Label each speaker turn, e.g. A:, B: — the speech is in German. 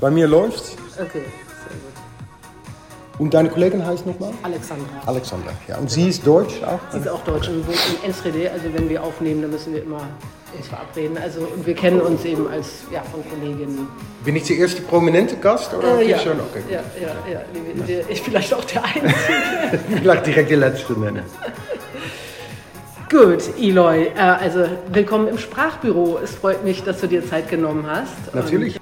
A: Bei mir läuft's.
B: Okay, sehr gut.
A: Und deine Kollegin heißt nochmal?
B: Alexandra.
A: Alexandra. Ja. Und sie ist deutsch auch?
B: Sie ist auch Deutsch und wohnt in Enschede. Also wenn wir aufnehmen, dann müssen wir immer uns verabreden. Also und wir kennen uns eben als ja, von Kolleginnen.
A: Bin ich die erste prominente Gast? Oder
B: Äh, ja.
A: schon? Okay.
B: ja, ja, ja. Die- die- Ich vielleicht auch der Einzige.
A: Vielleicht direkt die letzte nennen.
B: Gut, Eloy, äh, also willkommen im Sprachbüro. Es freut mich, dass du dir Zeit genommen hast.
A: Natürlich.